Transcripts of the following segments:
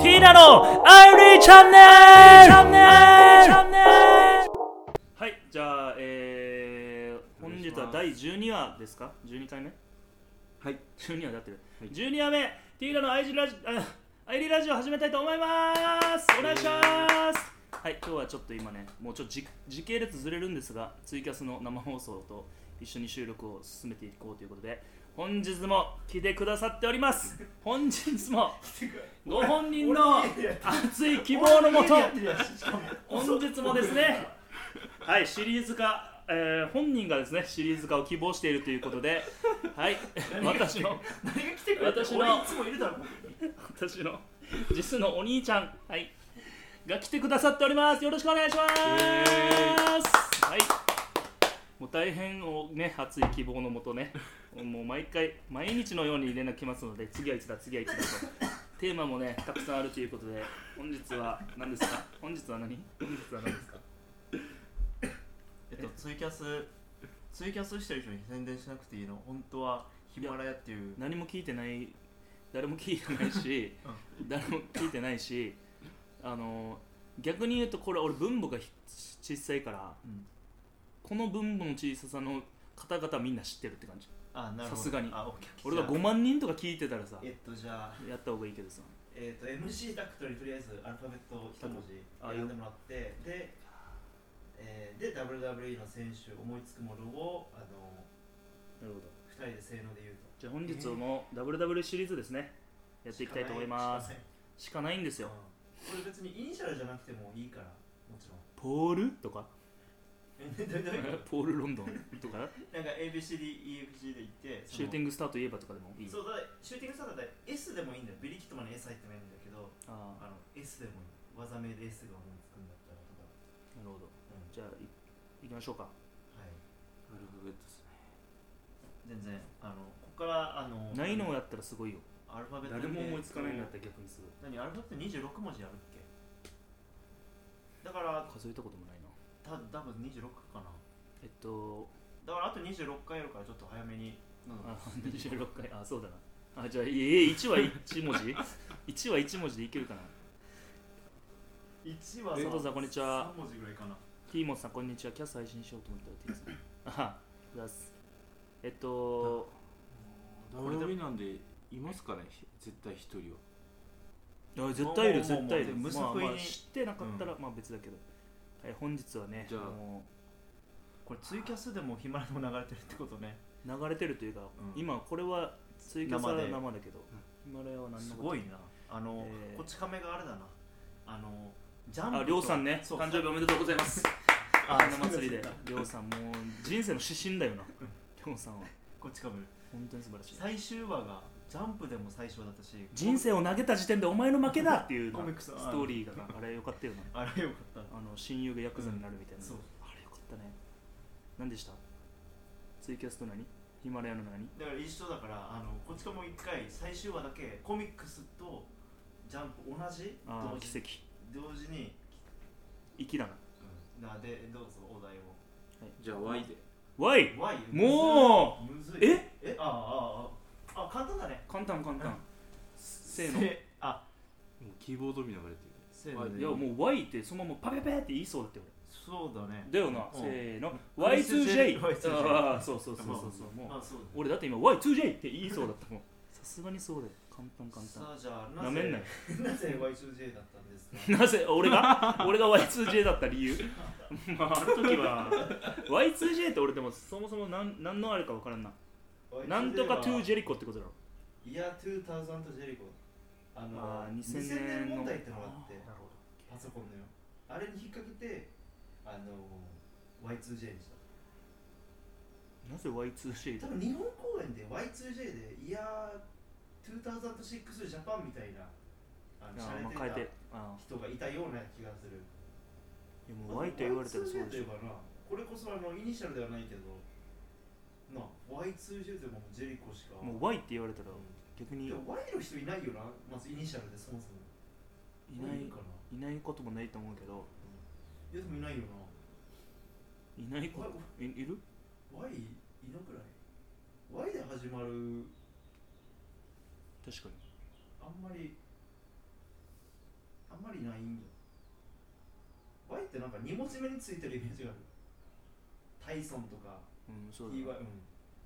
ひなのアイリーチャンネルはいじゃあえー、本日は第12話ですか12回目はい、 12話だってる、はい12話目ティーラのアイジラジあアイリーラジオ始めたいと思いますお願いしますはい今日はちょっと今ねもうちょっと時時系列ずれるんですがツイキャスの生放送と一緒に収録を進めていこうということで本日も来てくださっております本日もご本人の熱い希望のもと本日もですねはいシリーズ化、えー本人がですねシリーズ化を希望しているということではい私の私のいつもいるだろ私の 実のお兄ちゃん、はい、が来てくださっておりますよろしくお願いしますはいもう大変をね熱い希望のもとね もう毎回毎日のように連絡来ますので次はいつだ次はいつだ とテーマもねたくさんあるということで本日は何ですか本日は何本日は何ですかえっと、ツイキャスツイキャスしてる人に宣伝しなくていいの本当はヒマラヤっていう何も聞いてない誰も聞いてないし、誰も聞いてないしあの逆に言うとこれ俺分母がひ小さいから、うんこの分母の小ささの方々みんな知ってるって感じあなるほどさすがにあオッケー俺が5万人とか聞いてたらさえっとじゃあやった方がいいけどさえっと MC タクトにとりあえずアルファベットを一文字あ選んでもらってで、えー、で WWE の選手思いつくものをあのなるほど二人でせーので言うとじゃあ本日も WW シリーズですねやっていきたいと思いますしかないんですうんよこれ別にイニシャルじゃなくてもいいからもちろんポールとか えどういうこポーとルロンドンと かなんか ABCDEFG で言ってシそのューティングスターといえばとかでもいいそうだからシューティングスターだったら S でもいいんだよビリキットマンに S 入ってもいいんだけどああの S でもいい技名で S が思いつくんだったらとか、あうなるほどん、じゃあいいきましょうかはいアルファベットですね全然あのここからあのないのをやったらすごいよアルファベット誰も思いつかないんだったらて逆にすごい何アルファベット26文字あるっけだから数えたこともないなた多分26かなえっとだからあと26回やるからちょっと早めになんだろあう26回あそうだなあじゃあえ1は1文 字1は1文字でいけるかな1は佐藤さんこんにちは3文字ぐらいかなティーモンさんこんにちはキャス配信しようと思ったらティーモンさんあプラスえっとこれで WWE なんでいますかねひ絶対一人はあ絶対いるもうもう絶対いるもうもうまあま無作為あに知ってなかったらまあ別だけどはい本日はねじゃあもこれツイキャスでもヒマラヤでも流れてるってことねう流れてるというかうん今これはツイキャスは生生でだけどヒマラヤは何すのことごいなあの、えーこち亀があれだなあのジャンプあとりょうさんねそう誕生日おめでとうございますあ花祭りでりょうさんもう人生の指針だよなりょうさんはこち亀本当に素晴らしい最終話がジャンプでも最初だったし人生を投げた時点でお前の負けだっていうなコミックスストあるーリーがなあれよかったよなあれよかったあの親友がヤクザになるみたいな、そうあれよかったね何でしたツイキャスト何ヒマラヤの何だから一緒だからあのこち亀も一回最終話だけコミックスとジャンプ同じあ同あ奇時跡同時に、粋だななでどうぞお題をじゃあ Y でわい Y もうむずいええあああああ簡単だね簡単簡単せーのせあもうキーボード見ながらやってせーのでいやもう Y ってそのままパペペって言いそうだってそうだね俺だよな、うんせーのクリス Y2J J Y2J ああそうそうそうそうそうもうまあそうだね俺だって今 Y2J って言いそうだったもんさすがにそうだよ簡単簡単さあじゃあななめんぜなよなぜ Y2J だったんですかなぜ俺が俺が Y2J だった理由まああの 時は Y2J って俺でもそもそも何何のあれか分からんななんとか Y2J は to ジェリコってことだろいや2000ジェリコあの、まあ2000 2000年年の問題ってのがあってなるほパソコンのよあれに引っ掛けてあの Y2J にしたどなぜ Y2J だ多分日本公演で Y2J でいや2006ジャパンみたいなあのあしゃあ、まあ、変れえててああた人がいたような気がするいやもう Y と言われたらそうで Y2J としいょえばなこれこそあのイニシャルではないけどな Y2J といえばもうジェリコしかもう Y って言われたらう逆んにいでないも Y の人いないよなまずイニシャルでそもそもるかないないこともないと思うけどいやでもいないよないないこ Y, といいる y いなくない Y で始まる確かにあんまりりないんじゃない Y ってなんか2文字目についてるイメージがあるタイソンとかうん、そうだ TY、うん、な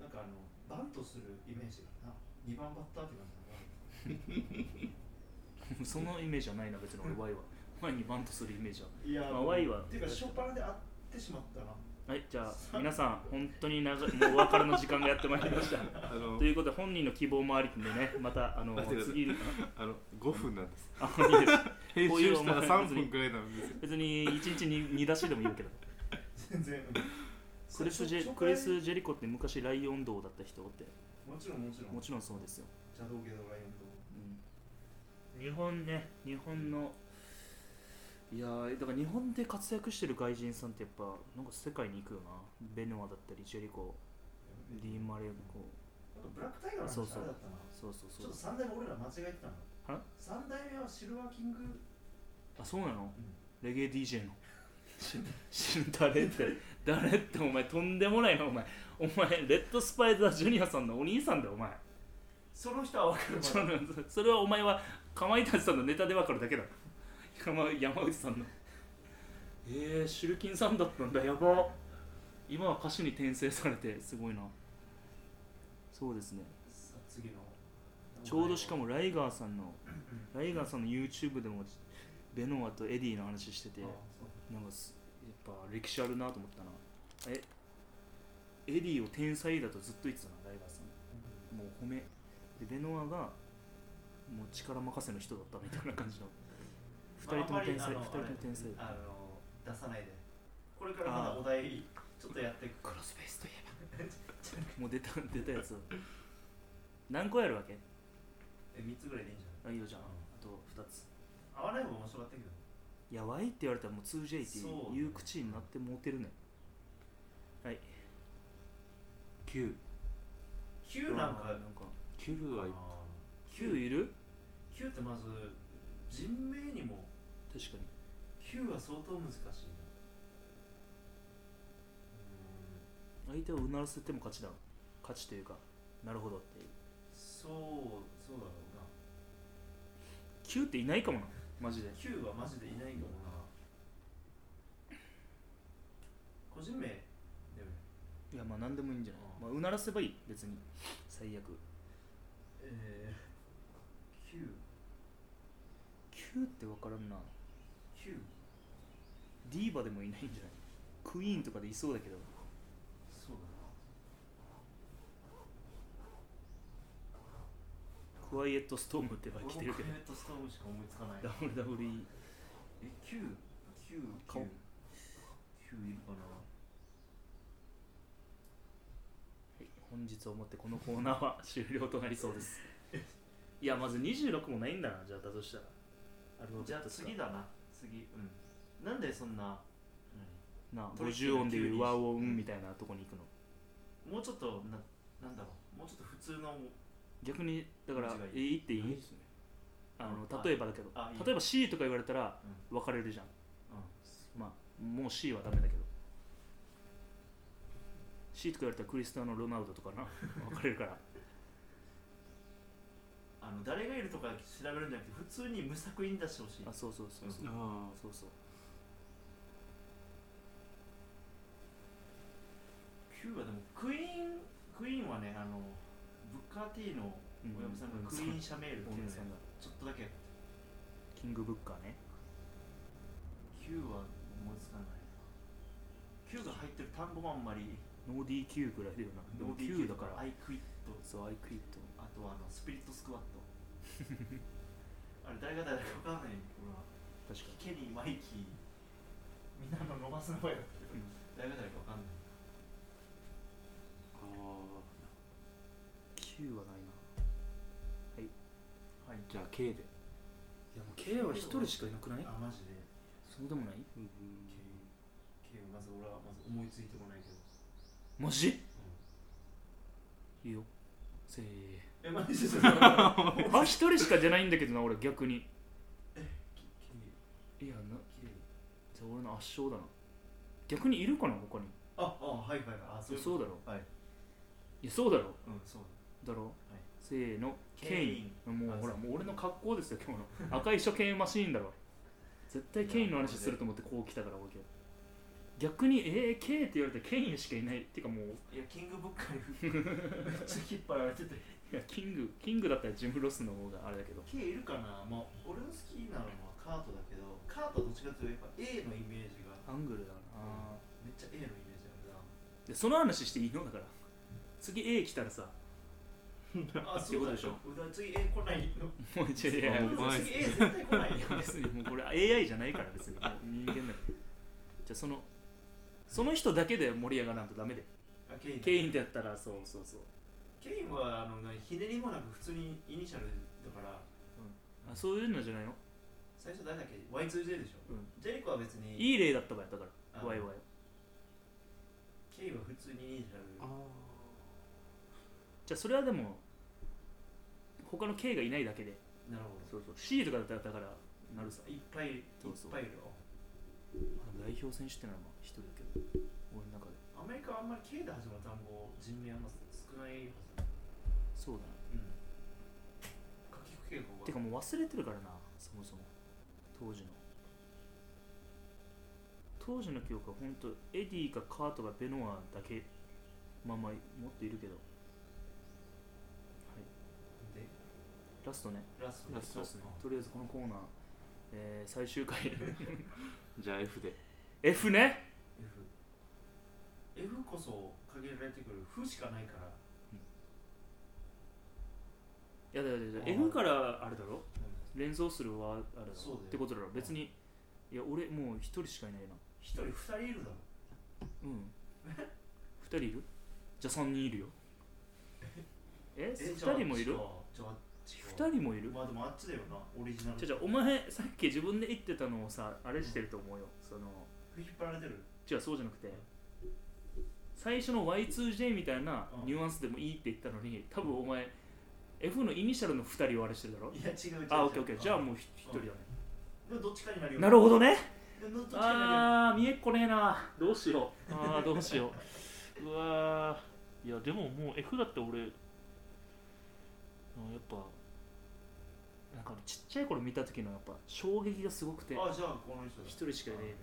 なんかあのバントするイメージがあるな2番バッターって感じだな そのイメージはないな別に俺 Y は前にバントするイメージはいやまあ Y はっていうか初っ端で会ってしまったなはいじゃあ皆さん本当に長いもうお別れの時間がやってまいりましたあのということで本人の希望もありんで ねまたあの待ってください次あの5分なんですあいいです 編こうい集うしたらお前3分くらいなんですよ別に1日に2出しでもいいけ ど全然クリスジェ・初クリスジェリコって昔ライオン道だった人ってもちろんもちろんもちろんそうですよ、邪道芸のライオンと日本ね日本のいやーだから日本で活躍してる外人さんってやっぱなんか世界に行くよなベノアだったりジェリコディーン・マレーコあとブラックタイガーの話そうそうあれだったなそうそうちそょっうと3代目俺ら間違えてたはな3代目はシルバーキングあそうなの、レゲエ DJ の 死ぬ誰って誰ってお前とんでもないなお前お前レッドスパイダージュニアさんのお兄さんだよお前その人は分かるそのそれはお前はかまいたちさんのネタで分かるだけだ山山内さんのえー、シルキンさんだったんだやば今は歌手に転生されてすごいなそうですねさあ次のちょうどしかもライガーさんのライガーさんの YouTube でもベノアとエディの話しててあなんかすやっぱ歴史あるなと思ったなえエディを天才だとずっと言ってたなライガーさんそもう褒めでベノアがもう力任せの人だったみたいな感じ のう2人とも天才ま2あ人とも天 才あんまりあのあの出さないでこれからまだお題ちょっとやっていくクロスペースといえばもう出た出たやつ何個やるわけえ3つぐらいでいいんじゃあいいよじゃんあと2つない合わない方が面白かったけどいやわいって言われたらもう 2J ってそうだねいう口になってモテるねはい9 9なんんかか9は9 9いるってまず人名にも確かに9は相当難しいな相手をうならせても勝ちだ勝ちというかなるほどっていうそうそうだろうな9っていないかもなマジで9はマジでいないかもな個人名でもいやまあ何でもいいんじゃない、まあ、うならせばいい別に最悪えー、 9って分からんな99ディーバでもいないんじゃないクイーンとかでいそうだけどそうだクワイエットストームってばな来てるけど 俺もクレットストームしか思いつかない WWE え九九顔九九いるかなはい本日をもってこのコーナーは終了となりそうです いやまず26もないんだなじゃあだとしたらアルファベじゃッあトしか次だな次うんなんでそんななあトリッキー50な音でいう急にワオウンみたいなとこに行くの何もうちょっとななんだろうもうちょっと普通の逆にだから間違いえいっていいいいですねあうんの例えばだけどあいいよ例えば C とか言われたら別れるじゃんまあもう C はダメだけど C とか言われたらクリスターノ・ロナウドとかな 分かれるからあの誰がいるとか調べるんじゃなくて普通に無作為に出してほしいあそうそうそうそう、ああそうそう9はでもクイーンクイーンはねあのブッカー T の親御さんがクイーンシャメールっていうのをねさんだちょっとだけキングブッカーね9は思いつかない9が入ってる単語もあんまりノー DQ ぐらいだよなでも Q だかアらイクイットそうアイクイットあとはあのスピリットスクワッ トあれ誰が誰かわかんない俺は確かケニーマイキーみんなの伸ばすの声だったけどうん誰が誰かわかんないああに Q はないなはいじゃあ K でいやもう K は一人しかいなくなあマジでそうでもないうん K まず俺はまず思いついてこないけどマジ、いいよせー えマジで K あ一人しかじゃないんだけどな俺逆にいやな K じゃあ俺の圧勝だな逆にいるかな他にあ、あ、はいはいはい、あ、そういうそううだろはい、いやそうだろうん、そうだろ、いせーのケインもうあほらそうもう俺の格好ですよ今日の赤い初見マシーンだろ絶対ケインの話すると思ってこう来たから僕逆にえー、ケイって言われたらケインしかいないっていうかもういやキングブッカ ーにめっちゃ引っ張られてていやキングキングだったらジム・ロスの方があれだけど K いるかな、まあ、俺の好きなのはカートだけどカートどっちかというとやっぱ A のイメージがアングルだなめっちゃ A のイメージあでその話していいのだから次 A 来たらさるなあ ってことでしょそうだうだ次 A 来ないのもう一応いやいやもう怖いっす次 A 絶対来ないい よや別にもうこれ AI じゃないから別にもう人間だからじゃあそのその人だけで盛り上がらんとダメであケインケインってやったらそうそうそうケインはあのなひねりもなく普通にイニシャルだかあらそういうのじゃないの最初誰だっけ Y2J でしょ、うんジェリコは別にいい例だった場合だからあワイワイケインは普通にイニシャルあじゃあそれはでも他の K がいないだけでなるほそうそう C とかだったらだからどなるさいっぱいいるいっそうそうぱいいるよ代表選手ってのはまあ一人だけど俺の中でアメリカはあんまり K で始まる単語人名あんま少ないはずそうだなうん書きく傾向がてかもう忘れてるからなそもそも当時の当時の記憶は本当エディかカートかベノアだけまあまあ持っているけどでラストねラストラストラストねとりあえずこのコーナー、えー最終 回ーじゃあ F で F ね F F こそ限られてくる「ふ」しかないからいやだやだやだあー F からあれだろうん連想するはあれだろそうだよってことだろ別にいや俺もう一人しかいないな一人二人いるだろうん 二人いるじゃあ三人いるよええ二じゃあ人もいるじゃあ違二う人もいるまあでもあっちだよなオリジナルじゃあじゃあお前さっき自分で言ってたのをさあれしてると思うよその引っ張られてる違うそうじゃなくて最初の Y2J みたいなニュアンスでもいいって言ったのに多分お前 F のイニシャルの2人をあれしてるだろいや違う違う違うあオッケーオッケーじゃあうもうひ一人だねでもどっちかになるよなるほどねでもどっちかになるよあー見えっこねえなどうしようあーどうしよ ううわーいやでももう F だって俺あやっぱなんかちっちゃい頃見た時のやっぱ衝撃がすごくてあじゃあこの人だ一人しかいね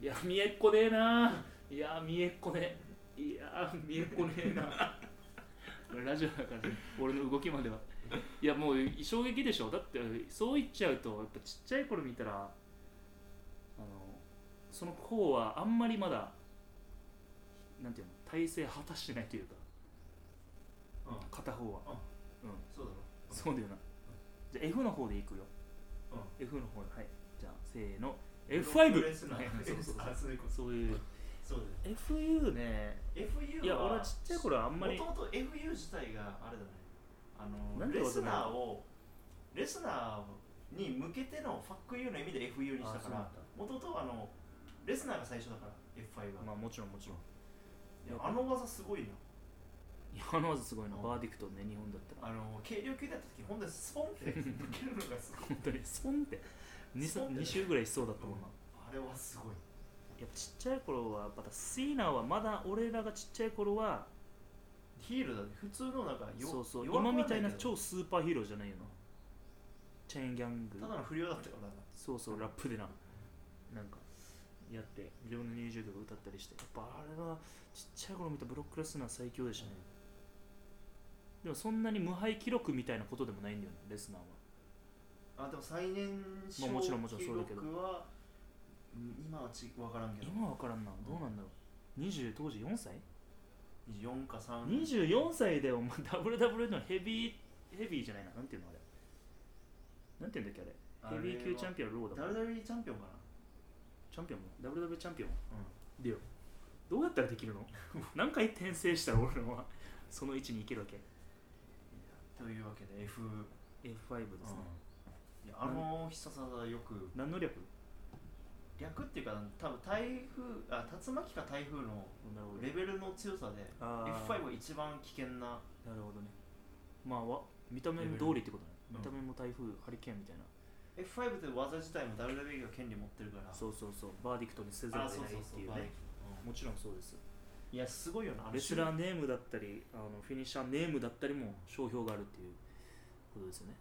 えいや見えっこねえないや見えっこねえいや見えっこねえ なこれラジオだからね俺の動きまではいやもう衝撃でしょだってそう言っちゃうとやっぱちっちゃい頃見たらあのその子はあんまりまだなんていうの体勢果たしてないというかうん片方はそうだろそうだよなじゃあ F の方でいくよ、F の方ではいじゃあせーの F5 プロレスラはーいそうそうそうあそういうことそういうそうだよ FU ね FU はいや俺はちっちゃい頃はあんまりもともと FU 自体があれだねあなんのでレわざスわざナーをレスナーに向けてのファック U の意味で FU にしたあそかうなんらだもともとあのレスナーが最初だから F5 は、まあもちろんもちろんいやあの技すごいな今のはすごいなうんバーディクトね日本だったらあの軽量級だった時ほんでスポンって抜けるのがすごい本当にスポンってス 2, ポンってね2週ぐらいしそうだったもんな、あれはすごいやっぱちっちゃい頃はまたスイナーはまだ俺らがちっちゃい頃はヒールだね普通のなんかよそうそう弱く今はみけたどいな超スーパーヒーローじゃないよなチェーンギャングただの不良だったからなそうそうラップでななんかやって自分の入場曲歌ったりしてやっぱあれはちっちゃい頃見たブロックレスナー最強でしたね、でもそんなに無敗記録みたいなことでもないんだよねレスナーはあでも最年少まあもちろんもちろん記そうだけど録はうん今はち分からんけど今わからんなどうなんだろう20当時4歳24か3 24歳でお前 WW のヘビーヘビーじゃないななんていうのあれなんていうんだっけあれヘビー級チャンピピオンローだもん誰々チャンピオンかチャンピオンも WW チャンピオンな、でよどうやったらできるの 何回転生したら俺のはその位置に行けるわけというわけで F、 F5 ですね、いやあの必殺技はよく何の略略っていうか多分台風あ竜巻か台風のなるほレベルの強さであー F5 が一番危険ななるほどねまあわ見た目レベル通りってことねうん見た目も台風ハリケーンみたいな F5 って技自体も WWE が権利持ってるからそうそうそうバーディクトにせざるをあ得そうないそうってそういうバレねもちろんそうですいやすごいよなあのレスラーネームだったりあのフィニッシャーネームだったりも商標があるっていうことですよね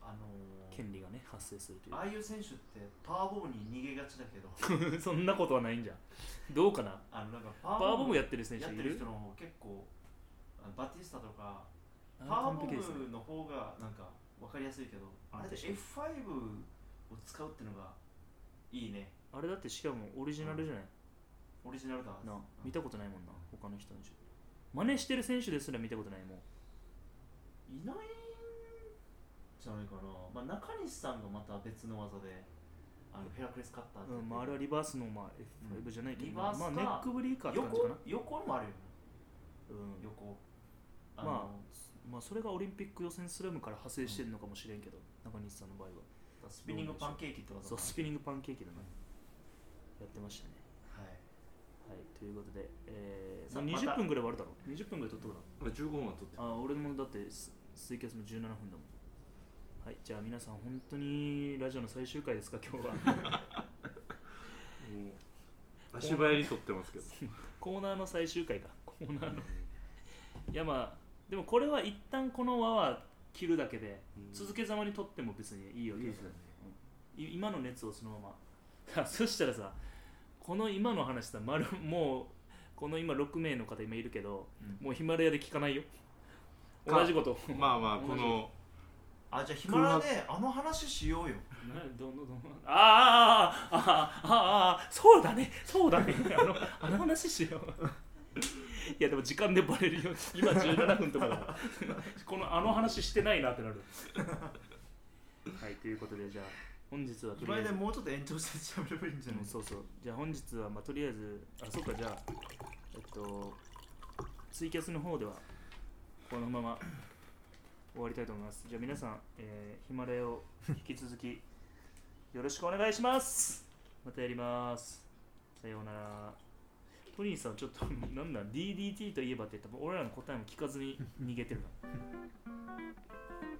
あの権利がね発生するとー、ああいう選手ってパワーボムに逃げがちだけどいう そんなことはないんじゃんどうかなあのなんかパパワーボムややってる選手っいてるる人の方結構あのバティスタとかあパワ完ーボ璧ですねムの方がなんか分かりやすいけどあれで F5 を使うってのがいいねあれだってしかもオリジナルじゃない、オリジナルだわなあうん見たことないもんな他の人に真似してる選手ですら見たことないもんいないんじゃないかな、まあ、中西さんがまた別の技であのヘラクレスカッターってう言ってんまあ、あれはリバースの、まあ、F5 じゃないけど、リまバあースかまあネックブリーカーって感じかな、横横もあるよねうん横あのままあ、それがオリンピック予選スラムから派生してるのかもしれんけど、中西さんの場合はスピニングパンケーキって技そうスピニングパンケーキだなやってましたねはいはいということで、えーさあもうまた20分ぐらいはあるだろ20分ぐらい取っとくなあ15分は取ってるあ俺もだってスツイキャスも17分だもんはいじゃあ皆さん本当にラジオの最終回ですか今日はもう足早に取ってますけどコーナーの最終回かコーナーのいやまあでもこれは一旦この輪は切るだけで、うん続けざまに取っても別にいいよいいいよいですねい今の熱をそのまま そしたらさこの今の話さまるもうこの今6名の方今いるけど、もうヒマラヤで聞かないよか同じことまあまあ同じこのあじゃあヒマラヤであの話しようよなどんどんどんあーあーあーあーあーそうだねそうだねあのあの話しよういやでも時間でバレるよ今17分とかだからこのあの話してないなってなるはいということでじゃあ本日はとヒりマあラえヤずでもうちょっと延長してしゃべればいいんじゃないうんそうそうじゃあ本日はまあとりあえずあそっかじゃあえっとツイキャスの方ではこのまま終わりたいと思いますじゃあ皆さん、えーヒマラヤを引き続き よろしくお願いしますまたやりますさようならトニーさんちょっとなんなん DDT といえばって言ったら俺らの答えも聞かずに逃げてるな